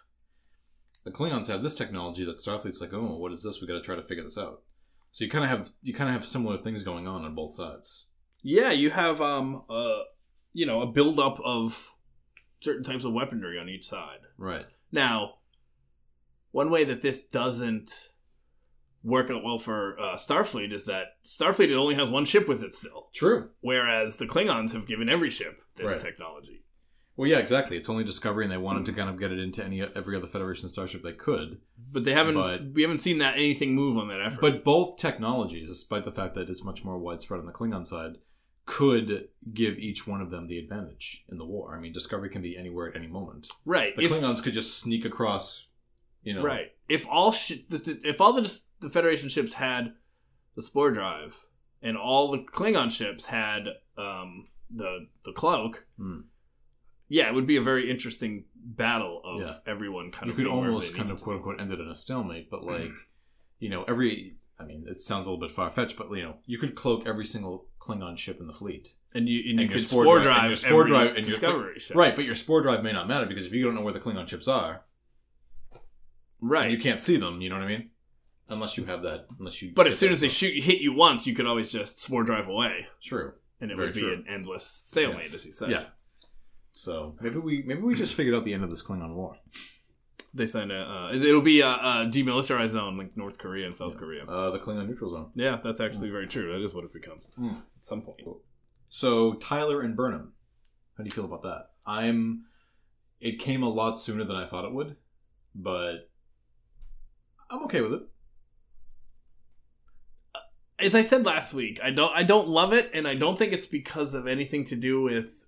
S2: The Klingons have this technology that Starfleet's like, oh, what is this? We got to try to figure this out. So you kind of have you kind of have similar things going on on both sides.
S1: Yeah, you have um uh you know a buildup of certain types of weaponry on each side.
S2: Right.
S1: Now, one way that this doesn't work out well for uh, Starfleet is that Starfleet it only has one ship with it still.
S2: True.
S1: whereas the Klingons have given every ship this
S2: Right.
S1: technology.
S2: Well, yeah, exactly. It's only Discovery, and they wanted to kind of get it into any every other Federation starship they could.
S1: But they haven't.
S2: But-
S1: we haven't seen that anything move on that effort.
S2: But both technologies, despite the fact that it's much more widespread on the Klingon side, could give each one of them the advantage in the war. I mean, Discovery can be anywhere at any moment.
S1: right,
S2: The
S1: if,
S2: Klingons could just sneak across, you know.
S1: right. If all shi if all the the Federation ships had the spore drive, and all the Klingon ships had um, the the cloak.
S2: Hmm.
S1: Yeah, it would be a very interesting battle of
S2: Yeah.
S1: everyone kind
S2: You
S1: of.
S2: could
S1: being wherever
S2: almost
S1: they
S2: kind
S1: needed
S2: of
S1: to
S2: quote
S1: be.
S2: unquote end it in a stalemate, but like, you know, every. I mean, it sounds a little bit far fetched, but you know, you could cloak every single Klingon ship in the fleet.
S1: and you and, you
S2: your
S1: could
S2: spore
S1: spore
S2: drive- and
S1: drive
S2: your spore
S1: every
S2: drive- and your-
S1: discovery ship.
S2: Right, but your spore drive may not matter because if you don't know where the Klingon ships are,
S1: right.
S2: and you can't see them. You know what I mean? Unless you have that. Unless you.
S1: but
S2: get
S1: as soon
S2: that
S1: as they
S2: stuff.
S1: shoot, hit you once, you could always just spore drive away.
S2: true.
S1: and it
S2: Very
S1: would be
S2: true.
S1: an endless stalemate,
S2: Yes.
S1: as he said.
S2: Yeah. So maybe we maybe we just figured out the end of this Klingon war.
S1: they signed a. Uh, it'll be a, a demilitarized zone like North Korea and South Korea.
S2: Uh, the Klingon neutral zone.
S1: Yeah, that's actually very true. That is what it becomes
S2: Mm.
S1: at some point.
S2: So Tyler and Burnham, how do you feel about that? I'm. It came a lot sooner than I thought it would, but I'm okay with it.
S1: As I said last week, I don't. I don't love it, and I don't think it's because of anything to do with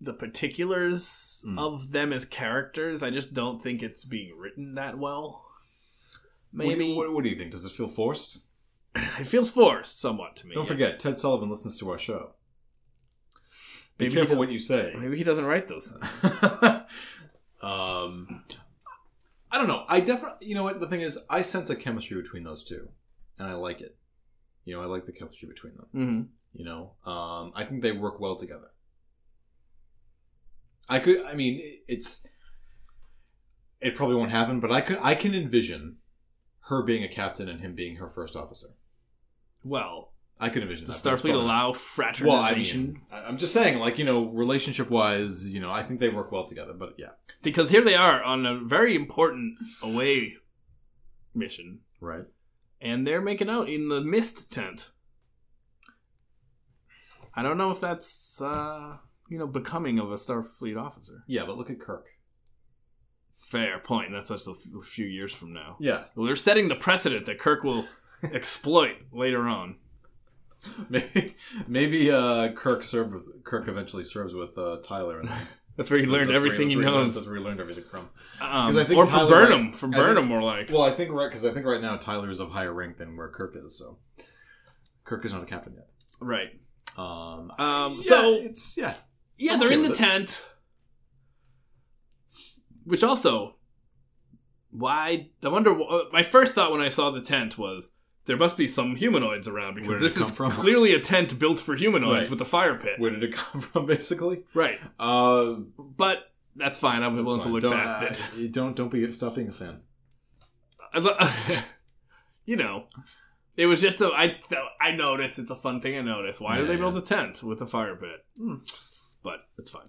S1: the particulars
S2: Mm.
S1: of them as characters. I just don't think it's being written that well. Maybe
S2: What, what, what do you think? Does it feel forced?
S1: it feels forced somewhat to me.
S2: Don't forget, Ted Sullivan listens to our show. Be
S1: Maybe he
S2: careful
S1: don't-
S2: what you say.
S1: Maybe he doesn't write those. Things.
S2: um, I don't know. I definitely, you know what? The thing is, I sense a chemistry between those two, and I like it. You know, I like the chemistry between them.
S1: Mm-hmm.
S2: You know, um, I think they work well together. I could, I mean, it- it's it probably won't happen, but I could, I can envision her being a captain and him being her first officer.
S1: Well,
S2: I could envision
S1: does
S2: that, but it's
S1: Starfleet
S2: probably not.
S1: allow
S2: Well, I
S1: fraternization?
S2: mean, I- I'm just saying, like you know, relationship wise, you know, I think they work well together. But yeah,
S1: because here they are on a very important away mission
S2: right.
S1: and they're making out in the mist tent i don't know if that's uh you know becoming of a starfleet officer
S2: Yeah, but look at Kirk.
S1: fair point that's just a f- few years from now
S2: Yeah,
S1: well they're setting the precedent that kirk will exploit later on
S2: maybe, maybe uh, Kirk served with Kirk eventually serves with uh, Tyler, and
S1: that's where he
S2: that's-
S1: learned
S2: that's
S1: everything
S2: where,
S1: he
S2: that's where
S1: knows
S2: That's where he learned everything from.
S1: um,
S2: 'Cause I think
S1: or from
S2: Tyler
S1: burnham
S2: might-
S1: from
S2: I think-
S1: burnham more like
S2: Well, I think right because I think right now Tyler is of higher rank than where Kirk is. So Kirk is not a captain yet.
S1: right
S2: Um,
S1: um
S2: yeah,
S1: so
S2: it's yeah,
S1: Yeah,
S2: I'm
S1: they're
S2: okay
S1: in the
S2: with it.
S1: tent. Which also, why? I wonder. wh- My first thought when I saw the tent was there must be some humanoids around
S2: Where
S1: because
S2: did it
S1: this is
S2: come from?
S1: clearly a tent built for humanoids
S2: Right.
S1: with a fire pit.
S2: where did it come from? Basically,
S1: Right,
S2: uh,
S1: but that's fine. I was willing
S2: that's
S1: to
S2: fine.
S1: look
S2: Don't-
S1: past
S2: uh,
S1: it.
S2: you Don't don't be stop being a fan.
S1: I lo- you know, it was just a. I I noticed it's a fun thing. I noticed. Why do
S2: Yeah,
S1: they build
S2: yeah.
S1: a tent with a fire pit?
S2: Hmm.
S1: But it's fine.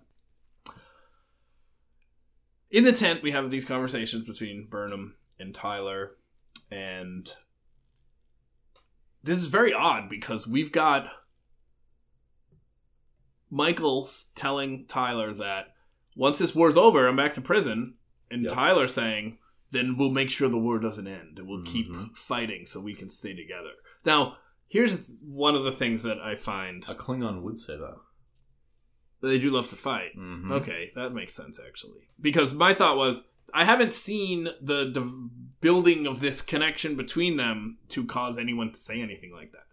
S1: in the tent, we have these conversations between Burnham and Tyler, and this is very odd because we've got Michael's telling Tyler that once this war's over, I'm back to prison, and
S2: Yep.
S1: Tyler saying, "Then we'll make sure the war doesn't end, and we'll keep
S2: Mhm.
S1: fighting so we can stay together." Now, here's one of the things that I find
S2: A Klingon would say that.
S1: they do love to fight.
S2: Mm-hmm.
S1: Okay, that makes sense actually. Because my thought was, I haven't seen the de- building of this connection between them to cause anyone to say anything like that.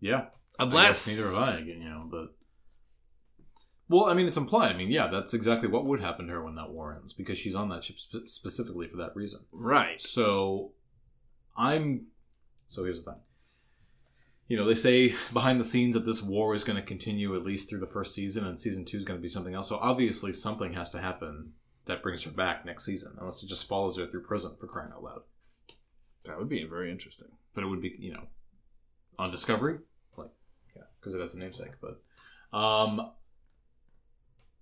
S2: Yeah.
S1: Unless
S2: I guess neither have I, you know, but. Well, I mean, it's implied. I mean, yeah, that's exactly what would happen to her when that war ends, because she's on that ship spe- specifically for that reason.
S1: Right.
S2: So, I'm. So here's the thing. You know, they say behind the scenes that this war is going to continue at least through the first season, and season two is going to be something else. So obviously, something has to happen that brings her back next season, unless it just follows her through prison for crying out loud.
S1: That would be very interesting.
S2: But it would be, you know, on Discovery, like, yeah, because it has a namesake. But, um,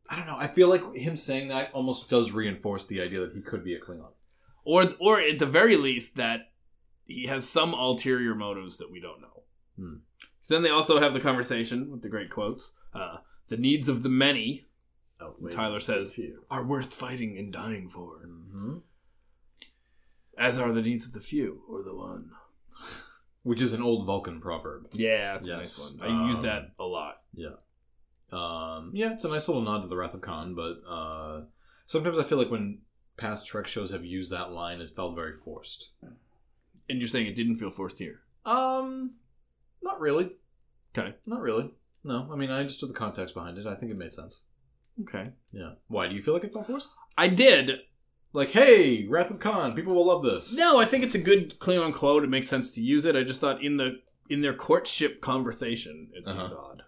S2: I don't know. I feel like him saying that almost does reinforce the idea that he could be a Klingon.
S1: Or or at the very least that he has some ulterior motives that we don't know.
S2: Hmm.
S1: So then they also have the conversation with the great quotes. Uh, the needs of the many
S2: Oh,
S1: Tyler says-
S2: few.
S1: are worth fighting and dying for,
S2: Mm-hmm.
S1: as are the needs of the few or the one.
S2: which is an old Vulcan proverb.
S1: Yeah, that's a nice
S2: Yes.
S1: one. I use
S2: Um,
S1: that a lot.
S2: Um, yeah, it's a nice little nod to the Wrath of Khan, but uh, sometimes I feel like when past Trek shows have used that line, it felt very forced.
S1: And you're saying it didn't feel forced here.
S2: Um, not really.
S1: Okay.
S2: Not really. No, I mean I understood the context behind it. I think it made sense.
S1: Okay.
S2: Yeah. Why do you feel like it felt forced?
S1: I did.
S2: Like, hey, Wrath of Khan, people will love this.
S1: No, I think it's a good Klingon quote. It makes sense to use it. I just thought in the in their courtship conversation, it seemed
S2: Uh-huh.
S1: odd.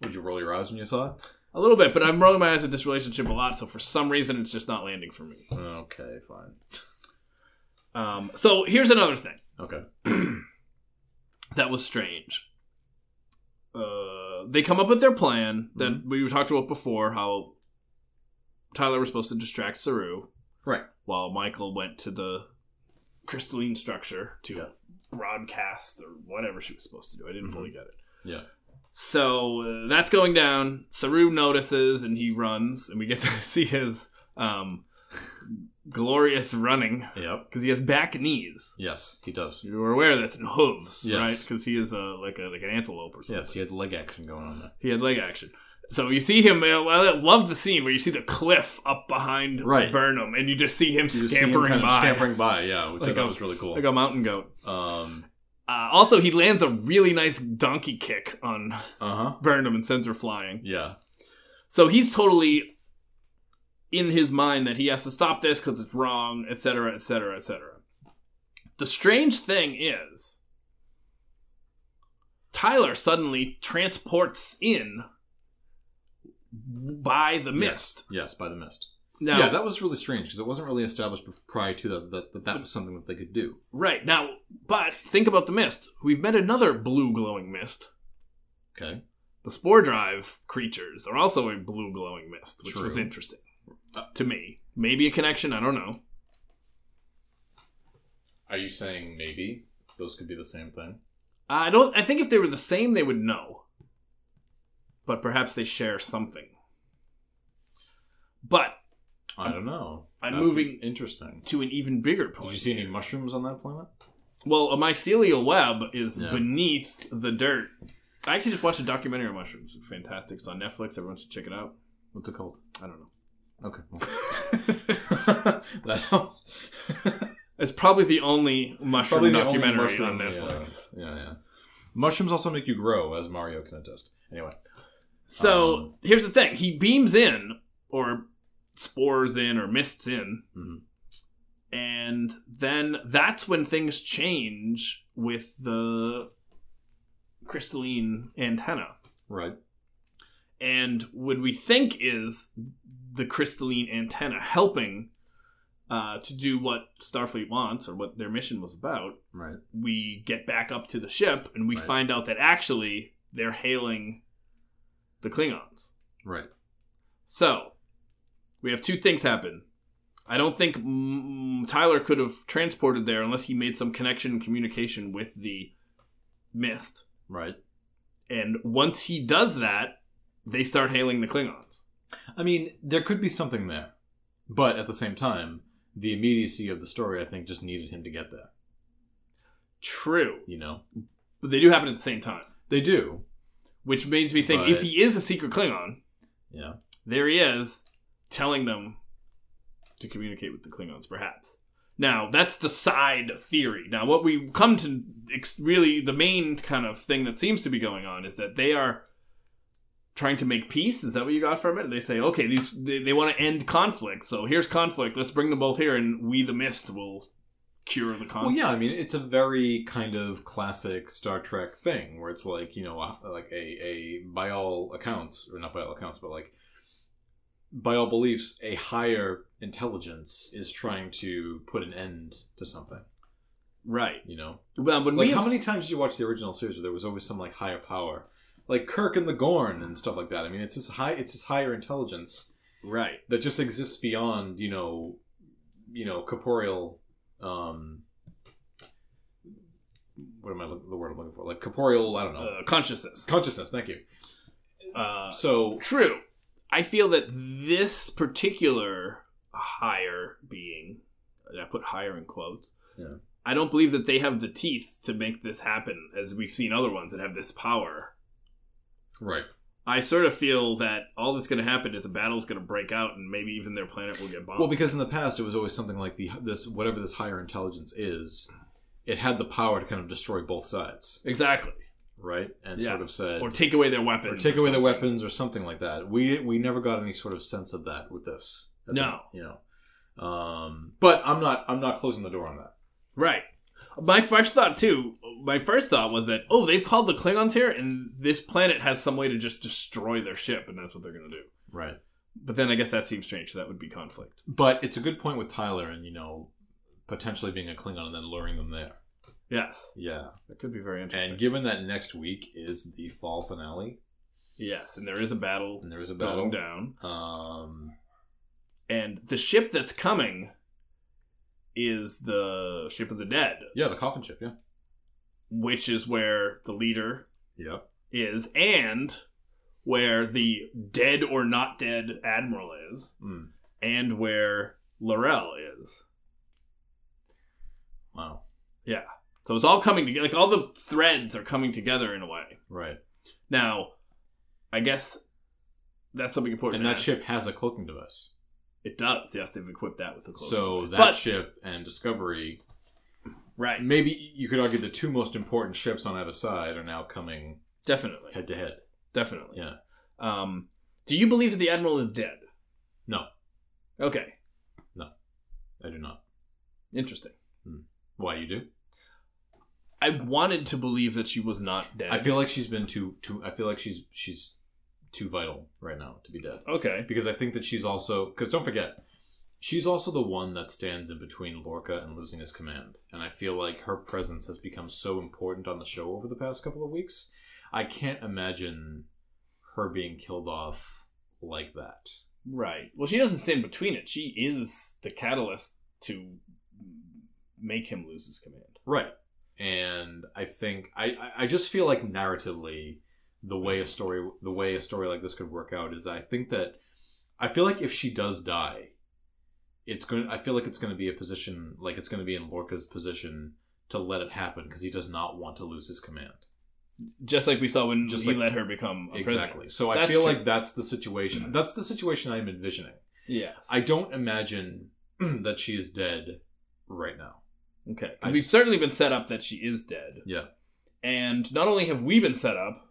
S2: Would you roll your eyes when you saw it?
S1: A little bit, but I'm rolling my eyes at this relationship a lot, so for some reason it's just not landing for me.
S2: Okay, fine.
S1: Um, so here's another thing
S2: Okay.
S1: that was strange. Uh, they come up with their plan that
S2: Mhm.
S1: we talked about before, how Tyler was supposed to distract Saru.
S2: Right.
S1: while Michael went to the crystalline structure to
S2: Yeah.
S1: broadcast or whatever she was supposed to do. I didn't
S2: Mhm.
S1: fully get it.
S2: Yeah.
S1: So uh, that's going down. Saru notices and he runs, and we get to see his um, glorious running
S2: Yep.
S1: because he has back knees.
S2: Yes, he does.
S1: You were aware of this in hooves,
S2: Yes.
S1: right? Because he is uh, like a like an antelope or something.
S2: Yes, he had leg action going on there.
S1: He had leg action. So you see him. uh, I love the scene where you see the cliff up behind
S2: Right.
S1: Burnham, and you just see him
S2: You just see him
S1: scampering
S2: kind of
S1: by,
S2: Scampering by, yeah, which
S1: Like
S2: I thought
S1: a-
S2: was really cool.
S1: like a mountain goat.
S2: Um,
S1: Uh, also, he lands a really nice donkey kick on
S2: uh huh.
S1: Burnham and sends her flying.
S2: Yeah.
S1: So he's totally in his mind that he has to stop this because it's wrong, etc., etc., etc. The strange thing is, Tyler suddenly transports in by the mist.
S2: Yes, yes, by the mist.
S1: Now,
S2: yeah, that was really strange because it wasn't really established bef- prior to that that, that that was something that they could do.
S1: right now, but think about the mist. We've met another blue glowing mist.
S2: Okay.
S1: the spore drive creatures are also a blue glowing mist, which
S2: True.
S1: was interesting to me. Maybe a connection, I don't know.
S2: Are you saying maybe those could be the same thing?
S1: I don't. I think if they were the same, they would know. But perhaps they share something. But
S2: I don't know.
S1: I'm
S2: That's
S1: moving-
S2: Interesting.
S1: to an even bigger
S2: Did you
S1: point,
S2: see any mushrooms on that planet?
S1: well, a mycelial web is
S2: Yeah.
S1: beneath the dirt. I actually just watched a documentary on mushrooms. Fantastic! It's on Netflix. Everyone should check it out.
S2: What's it called?
S1: I don't know.
S2: Okay. that helps.
S1: It's probably the only mushroom
S2: Probably the only
S1: documentary on
S2: mushroom-
S1: Netflix.
S2: Yeah, yeah, yeah. Mushrooms also make you grow, as Mario can attest. Anyway.
S1: So
S2: Um,
S1: here's the thing: he beams in, or spores in, or mists in,
S2: Mhm.
S1: and then that's when things change with the crystalline antenna.
S2: Right.
S1: And what we think is the crystalline antenna helping uh, to do what Starfleet wants, or what their mission was about.
S2: Right.
S1: We get back up to the ship, and we
S2: Right.
S1: find out that actually they're hailing the Klingons.
S2: Right.
S1: So, we have two things happen. I don't think mm, Tyler could have transported there unless he made some connection and communication with the mist.
S2: Right.
S1: And once he does that, they start hailing the Klingons.
S2: I mean, there could be something there, but at the same time, the immediacy of the story, I think, just needed him to get there.
S1: True.
S2: You know,
S1: But they do happen at the same time,
S2: they do.
S1: which makes me think
S2: But-
S1: if he is a secret Klingon,
S2: Yeah.
S1: there he is telling them to communicate with the Klingons, perhaps. Now, that's the side theory. Now, what we come to ex- really the main kind of thing that seems to be going on is that they are trying to make peace. Is that what you got from it? They say, okay, these they, they want to end conflict. So here's conflict. Let's bring them both here, and we, the Mist, will cure the conflict.
S2: Well, yeah, I mean, it's a very kind of classic Star Trek thing where it's like, you know, a- like a, a by all accounts, or not by all accounts, but like by all beliefs, a higher intelligence is trying to put an end to something,
S1: Right.
S2: you know?
S1: Well, when
S2: Like,
S1: we
S2: how
S1: have
S2: many times did you watch the original series where there was always some like higher power? Like Kirk and the Gorn and stuff like that. I mean, it's this high, it's this higher intelligence
S1: Right.
S2: that just exists beyond you know you know corporeal um what am i look- the word i'm looking for like corporeal i don't know
S1: Uh, consciousness.
S2: consciousness thank you
S1: Uh,
S2: so
S1: True. I feel that this particular higher being, and I put higher in quotes,
S2: Yeah.
S1: I don't believe that they have the teeth to make this happen, as we've seen other ones that have this power.
S2: right
S1: I sort of feel that all that's going to happen is a battle's going to break out, and maybe even their planet will get bombed.
S2: well because in the past it was always something like the this whatever this higher intelligence is it had the power to kind of destroy both sides
S1: exactly,
S2: right and
S1: Yeah.
S2: sort of said
S1: or take away their weapons,
S2: or take away their
S1: something.
S2: weapons or something like that. We we never got any sort of sense of that with this.
S1: No.
S2: you know. Um, but I'm not I'm not closing the door on that.
S1: Right. My first thought too. My first thought was that oh, they've called the Klingons here, and this planet has some way to just destroy their ship, and that's what they're going to do.
S2: Right.
S1: But then I guess that seems strange. So that would be conflict.
S2: But it's a good point with Tyler and you know potentially being a Klingon and then luring them there.
S1: Yes,
S2: Yeah.
S1: that could be very interesting.
S2: And given that next week is the fall finale
S1: yes, and there is a battle
S2: and there is a
S1: going
S2: battle,
S1: down,
S2: um,
S1: and the ship that's coming is the ship of the dead,
S2: yeah, the coffin ship, yeah,
S1: which is where the leader
S2: yep,
S1: is, and where the dead or not dead admiral is,
S2: mm.
S1: and where Laurel is.
S2: wow,
S1: So it's all coming together. Like all the threads are coming together in a way.
S2: right.
S1: Now, I guess that's something important.
S2: And
S1: to
S2: that
S1: ask.
S2: ship has a cloaking device.
S1: It does. Yes, they've equipped that with the cloaking.
S2: So
S1: device.
S2: that Hmm.
S1: but,
S2: ship and Discovery
S1: right,
S2: maybe you could argue the two most important ships on either side are now coming
S1: definitely,
S2: head to head.
S1: definitely.
S2: Yeah.
S1: Um, do you believe that the admiral is dead?
S2: No.
S1: Okay.
S2: I do not.
S1: Interesting.
S2: Why you do?
S1: I wanted to believe that she was not dead.
S2: I feel like she's been too too. I feel like she's she's too vital right now to be dead
S1: okay.
S2: because I think that she's also because don't forget she's also the one that stands in between Lorca and losing his command, and I feel like her presence has become so important on the show over the past couple of weeks. I can't imagine her being killed off like that.
S1: Right. Well, she doesn't stand between it. She is the catalyst to make him lose his command.
S2: Right. And I think I, I- I just feel like narratively the way a story the way a story like this could work out is I think that I feel like if she does die, it's going to I feel like it's gonna be a position like it's gonna be in Lorca's position to let it happen because he does not want to lose his command.
S1: Just like we saw when
S2: Just
S1: he
S2: like-
S1: let her become a prisoner.
S2: Exactly. So I
S1: That's
S2: feel
S1: true.
S2: like that's the situation. That's the situation I'm envisioning.
S1: Yes.
S2: I don't imagine that she is dead right now.
S1: Okay.
S2: I
S1: We've
S2: just-
S1: certainly been set up that she is dead.
S2: Yeah.
S1: And not only have we been set up,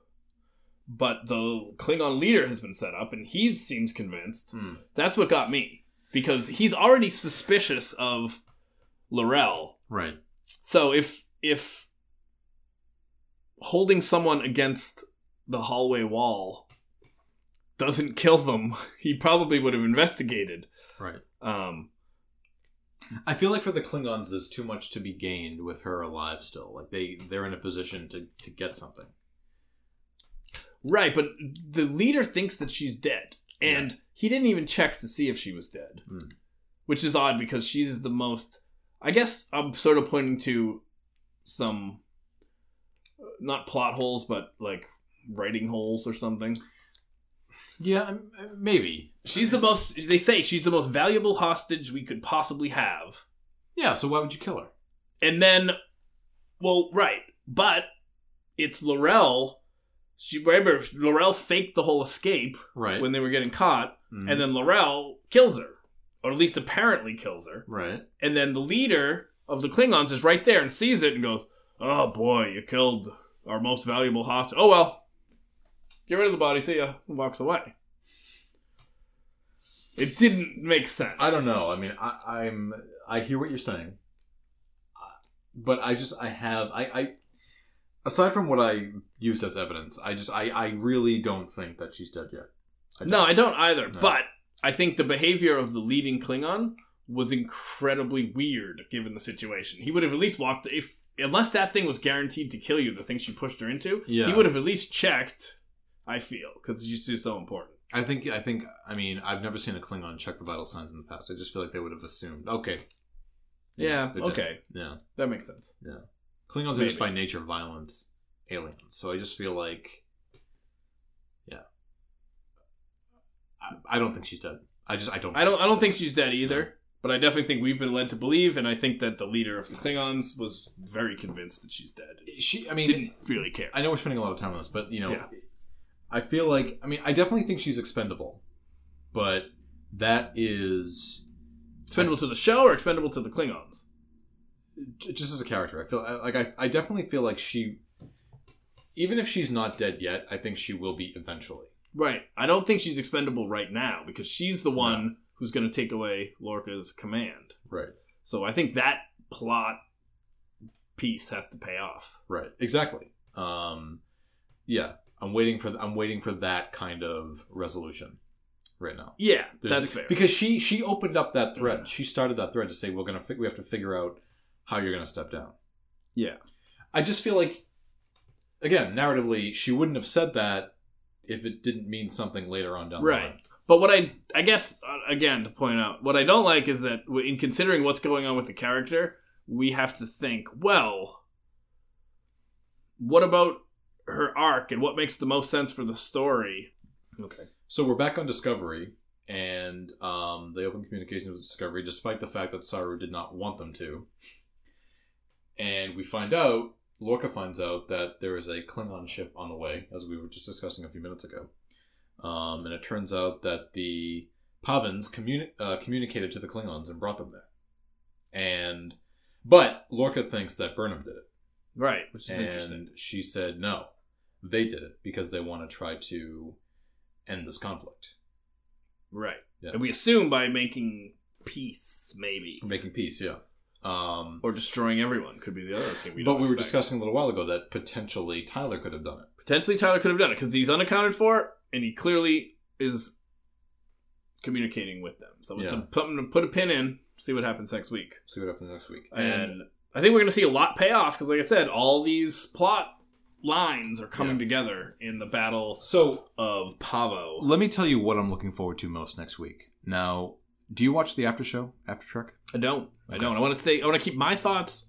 S1: but the Klingon leader has been set up, and he seems convinced.
S2: Hmm.
S1: That's what got me. Because he's already suspicious of Laurel.
S2: Right.
S1: So if if holding someone against the hallway wall doesn't kill them, he probably would have investigated.
S2: Right.
S1: Um,
S2: I feel like for the Klingons, there's too much to be gained with her alive still. Like they, they're in a position to, to get something.
S1: Right, but the leader thinks that she's dead, and he didn't even check to see if she was dead,
S2: Hmm.
S1: which is odd because she's the most. I guess I'm sort of pointing to some uh, not plot holes, but like writing holes or something.
S2: Yeah, um, uh, maybe.
S1: She's the most. They say she's the most valuable hostage we could possibly have.
S2: Yeah, so why would you kill her?
S1: And then, well, right, but it's Laurel. She remember Laurel faked the whole escape
S2: Right.
S1: when they were getting caught,
S2: Mhm.
S1: and then Laurel kills her, or at least apparently kills her.
S2: right.
S1: And then the leader of the Klingons is right there and sees it and goes, "Oh boy, you killed our most valuable hostage. Oh well, get rid of the body. See ya." And walks away. It didn't make sense.
S2: I don't know. I mean, I, I'm. I hear what you're saying, Uh, but I just I have I, I aside from what I used as evidence, I just I I really don't think that she's dead yet. I
S1: No, I don't either.
S2: No.
S1: But I think the behavior of the leading Klingon was incredibly weird given the situation. He would have at least walked if unless that thing was guaranteed to kill you, the thing she pushed her into, he
S2: Yeah.
S1: would have at least checked, I feel, cuz she's just so important.
S2: I think I think I mean I've never seen a Klingon check for vital signs in the past. I just feel like they would have assumed. Okay.
S1: Yeah,
S2: they're dead.
S1: okay.
S2: Yeah.
S1: That makes sense.
S2: Klingons are
S1: Maybe.
S2: just by nature violent aliens, so I just feel like, yeah, I, I don't think she's dead. I just I don't.
S1: I don't I don't think she's dead either, but I definitely think we've been led to believe and I think that the leader of the Klingons was very convinced that she's dead.
S2: she. I mean,
S1: Didn't really care.
S2: I know we're spending a lot of time on this, but you know,
S1: Yeah.
S2: I feel like I mean I definitely think she's expendable, but that is
S1: Expendable to the show or expendable to the Klingons?
S2: j- just as a character. I feel I- like I, I definitely feel like she, even if she's not dead yet, I think she will be eventually.
S1: Right. I don't think she's expendable right now because she's the one who's going to take away Lorca's command.
S2: Right.
S1: So I think that plot piece has to pay off.
S2: Right. Exactly. Um, yeah. I'm waiting for I'm waiting for that kind of resolution right now.
S1: Yeah,
S2: There's
S1: that's
S2: the-
S1: fair.
S2: Because she she opened up that thread. She started that thread to say we're gonna fi- we have to figure out how you're gonna step down.
S1: Yeah.
S2: I just feel like again narratively she wouldn't have said that if it didn't mean something later on down the
S1: Right.
S2: line.
S1: But what I I guess uh, again to point out, what I don't like is that w- in considering what's going on with the character, we have to think, well, what about her arc and what makes the most sense for the story? Okay.
S2: So we're back on Discovery. And um, they opened communications with Discovery, despite the fact that Saru did not want them to. And we find out, Lorca finds out that there is a Klingon ship on the way, as we were just discussing a few minutes ago. Um, and it turns out that the Pavans communi- uh, communicated to the Klingons and brought them there. And but Lorca thinks that Burnham did it,
S1: Right, which is interesting.
S2: and she said no, they did it because they want to try to end this conflict,
S1: Right.
S2: Yeah.
S1: And we assume by making peace, maybe.
S2: making peace. Yeah. Um,
S1: Or destroying everyone could be the other thing we don't
S2: but we were
S1: expect.
S2: discussing a little while ago that potentially Tyler could have done it.
S1: Potentially Tyler could have done it because he's unaccounted for and he clearly is communicating with them. So it's
S2: Yeah.
S1: a, something to put a pin in, see what happens next week.
S2: See what happens next week.
S1: And, I think we're going to see a lot pay off because, like I said, all these plot lines are coming
S2: Yeah.
S1: together in the battle
S2: so
S1: of Pavo.
S2: let me tell you what I'm looking forward to most next week. Now, do you watch the after show, After Trek?
S1: I don't. I
S2: Okay.
S1: don't. I want to stay. I want to keep my thoughts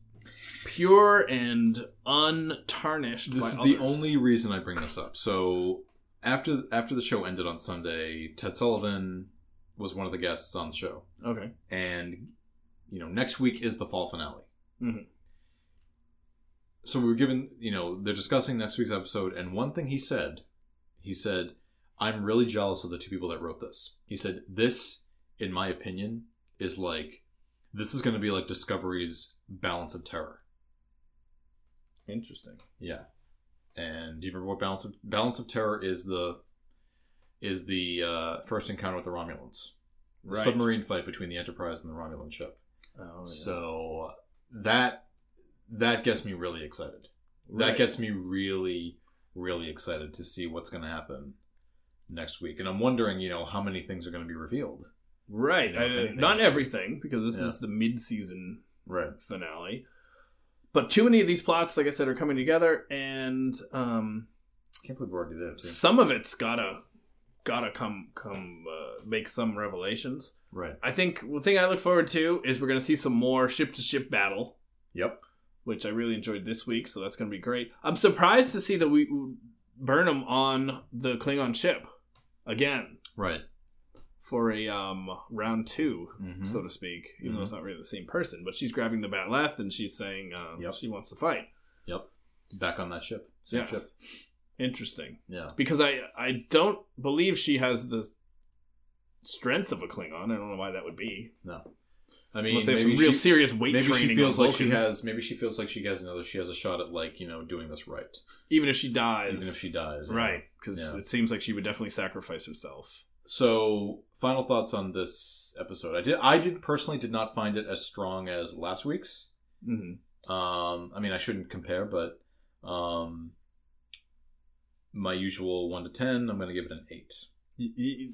S1: pure and untarnished.
S2: This
S1: by
S2: is the
S1: others.
S2: only reason I bring this up. So after after the show ended on Sunday, Ted Sullivan was one of the guests on the show.
S1: okay.
S2: and you know next week is the fall finale
S1: Mhm.
S2: so we were given you know they're discussing next week's episode and one thing he said he said i'm really jealous of the two people that wrote this he said this in my opinion is like this is going to be like discovery's balance of terror
S1: Interesting.
S2: yeah and do you remember what balance of balance of terror is the is the uh, first encounter with the romulans The submarine fight between the enterprise and the romulan ship
S1: Oh, yeah.
S2: So that that gets me really excited. That
S1: Right.
S2: gets me really really excited to see what's going to happen next week. And I'm wondering, you know, how many things are going to be revealed.
S1: right.
S2: you know, if
S1: I-
S2: anything
S1: not
S2: else.
S1: everything because this
S2: Yeah.
S1: is the mid-season
S2: Right.
S1: finale, but too many of these plots, like I said, are coming together, and um,
S3: can't believe we're already there. Too.
S1: some of it's gotta gotta come come uh, make some revelations.
S3: Right.
S1: I think the thing I look forward to is we're gonna see some more ship to ship battle,
S3: Yep.
S1: which I really enjoyed this week, so that's gonna be great. I'm surprised to see that we Burnham on the Klingon ship again
S2: Right.
S1: for a um, round 2
S2: Mhm.
S1: so to speak. Even though
S2: Mhm.
S1: it's not really the same person, but she's grabbing the batleth and she's saying uh,
S3: Yep.
S1: she wants to fight.
S2: Back on that ship. Same
S1: Yes.
S2: ship.
S1: Interesting.
S2: Yeah.
S1: because I I don't believe she has the strength of a Klingon. I don't know why that would be.
S2: No. I mean,
S1: Unless they have some
S2: maybe
S1: real
S2: she-
S1: serious weight
S2: maybe
S1: training.
S2: she feels
S1: on
S2: like she
S1: Vulcan,
S2: has maybe she feels like she has another she has a shot at like you know doing this right
S1: even if she dies,
S2: even if she dies you know.
S1: right? Because
S2: Yeah.
S1: it seems like she would definitely sacrifice herself.
S2: so final thoughts on this episode i did i did personally did not find it as strong as last week's
S1: hmm
S2: um i mean i shouldn't compare but um my usual 1 to 10 i'm gonna give it an 8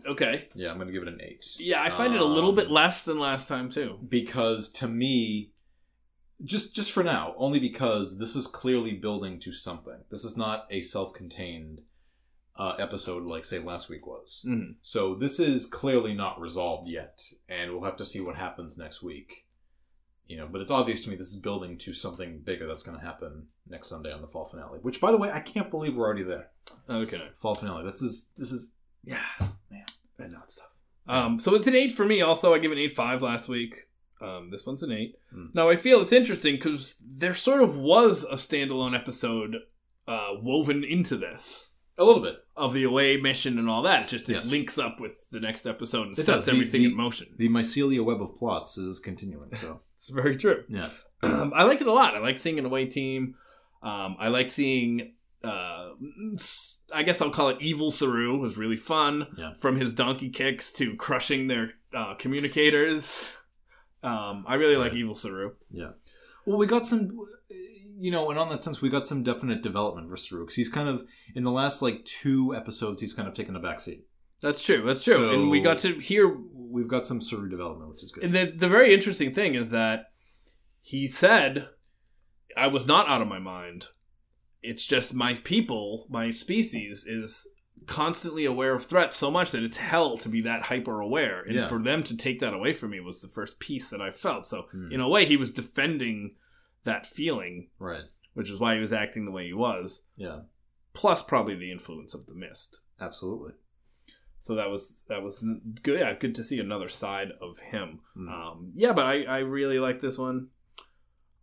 S1: okay,
S2: yeah i'm gonna give it an 8
S1: yeah, I find it a little
S2: Um,
S1: bit less than last time too.
S2: because to me just just for now only because this is clearly building to something this is not a self-contained uh, episode like say last week was
S1: Mhm.
S2: so this is clearly not resolved yet and we'll have to see what happens next week you know but it's obvious to me this is building to something bigger that's going to happen next sunday on the fall finale which by the way i can't believe we're already there
S1: Okay,
S2: fall finale this is this is yeah
S1: I know it's tough. Um, so it's an eight for me. Also, I give an eight five last week. Um, this one's an eight.
S2: Mm.
S1: Now I feel it's interesting because there sort of was a standalone episode uh, woven into this.
S2: a little bit
S1: of the away mission and all that. It just
S2: Yes.
S1: it links up with the next episode and
S2: It
S1: sets
S2: does. The-
S1: everything
S2: the-
S1: in motion.
S2: the mycelia web of plots is continuing so
S1: it's very true.
S2: yeah
S1: Um, I liked it a lot. I liked seeing an away team. Um, I liked seeing. Uh, s- I guess I'll call it evil Saru was really fun.
S2: Yeah.
S1: From his donkey kicks to crushing their uh, communicators. Um, I really like
S2: Right.
S1: evil Saru.
S2: Well, we got some, you know, and on that sense, we got some definite development for Saru 'cause he's kind of in the last like two episodes, he's kind of taken a backseat.
S1: That's true. That's true.
S2: So-
S1: and we got to hear
S2: We've got some Saru development, which is good.
S1: And the the very interesting thing is that he said, "I was not out of my mind. It's just my people, my species is constantly aware of threats so much that it's hell to be that hyper aware. And
S2: Yeah.
S1: for them to take that away from me was the first piece that I felt. So
S2: Hmm.
S1: in a way, he was defending that feeling,
S2: right?
S1: which is why he was acting the way he was.
S2: Yeah,
S1: Plus, probably the influence of the mist.
S2: absolutely.
S1: So that was that was good. Yeah, good to see another side of him.
S2: Mm.
S1: Um, yeah, but I, I really like this one.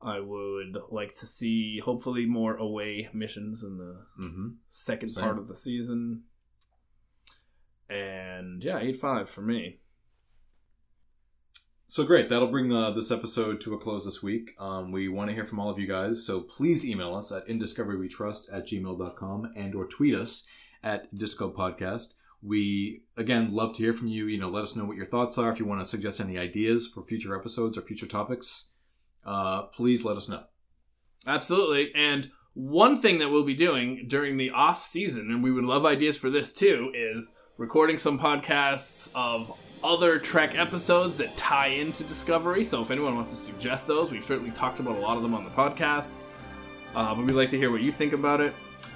S1: I would like to see hopefully more away missions in the
S2: hmm
S1: second
S2: Same.
S1: part of the season. And yeah, eight five for me.
S2: So great. That'll bring uh, this episode to a close this week. Um, we want to hear from all of you guys, so please email us at indiscoverywetrust at gmail.com and or tweet us at Disco Podcast. We, again, love to hear from you. You know, let us know what your thoughts are. If you want to suggest any ideas for future episodes or future topics, uh, please let us know.
S1: Absolutely. And one thing that we'll be doing during the off season, and we would love ideas for this too, is recording some podcasts of other Trek episodes that tie into Discovery. So if anyone wants to suggest those, we've certainly talked about a lot of them on the podcast. Uh, but we'd like to hear what you think about it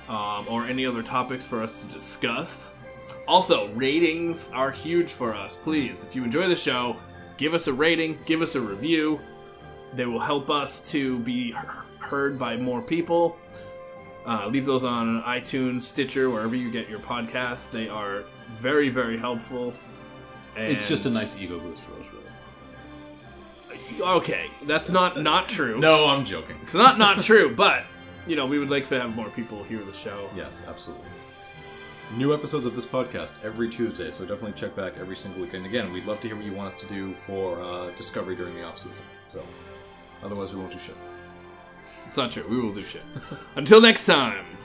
S1: um, or any other topics for us to discuss. Also, ratings are huge for us. Please, if you enjoy the show, give us a rating, give us a review. They will help us to be he- heard by more people. Uh, leave those on iTunes, Stitcher, wherever you get your podcasts. They are very, very helpful. And
S2: It's just a nice ego boost for us, really.
S1: Okay, that's not not true.
S2: No, I'm joking.
S1: It's not not true, but you know, we would like to have more people hear the show.
S2: Yes, absolutely. New episodes of this podcast every Tuesday, so definitely check back every single week. And again, we'd love to hear what you want us to do for uh, Discovery during the off season. So, otherwise, we won't do shit.
S1: It's not true. We will do shit. Until next time.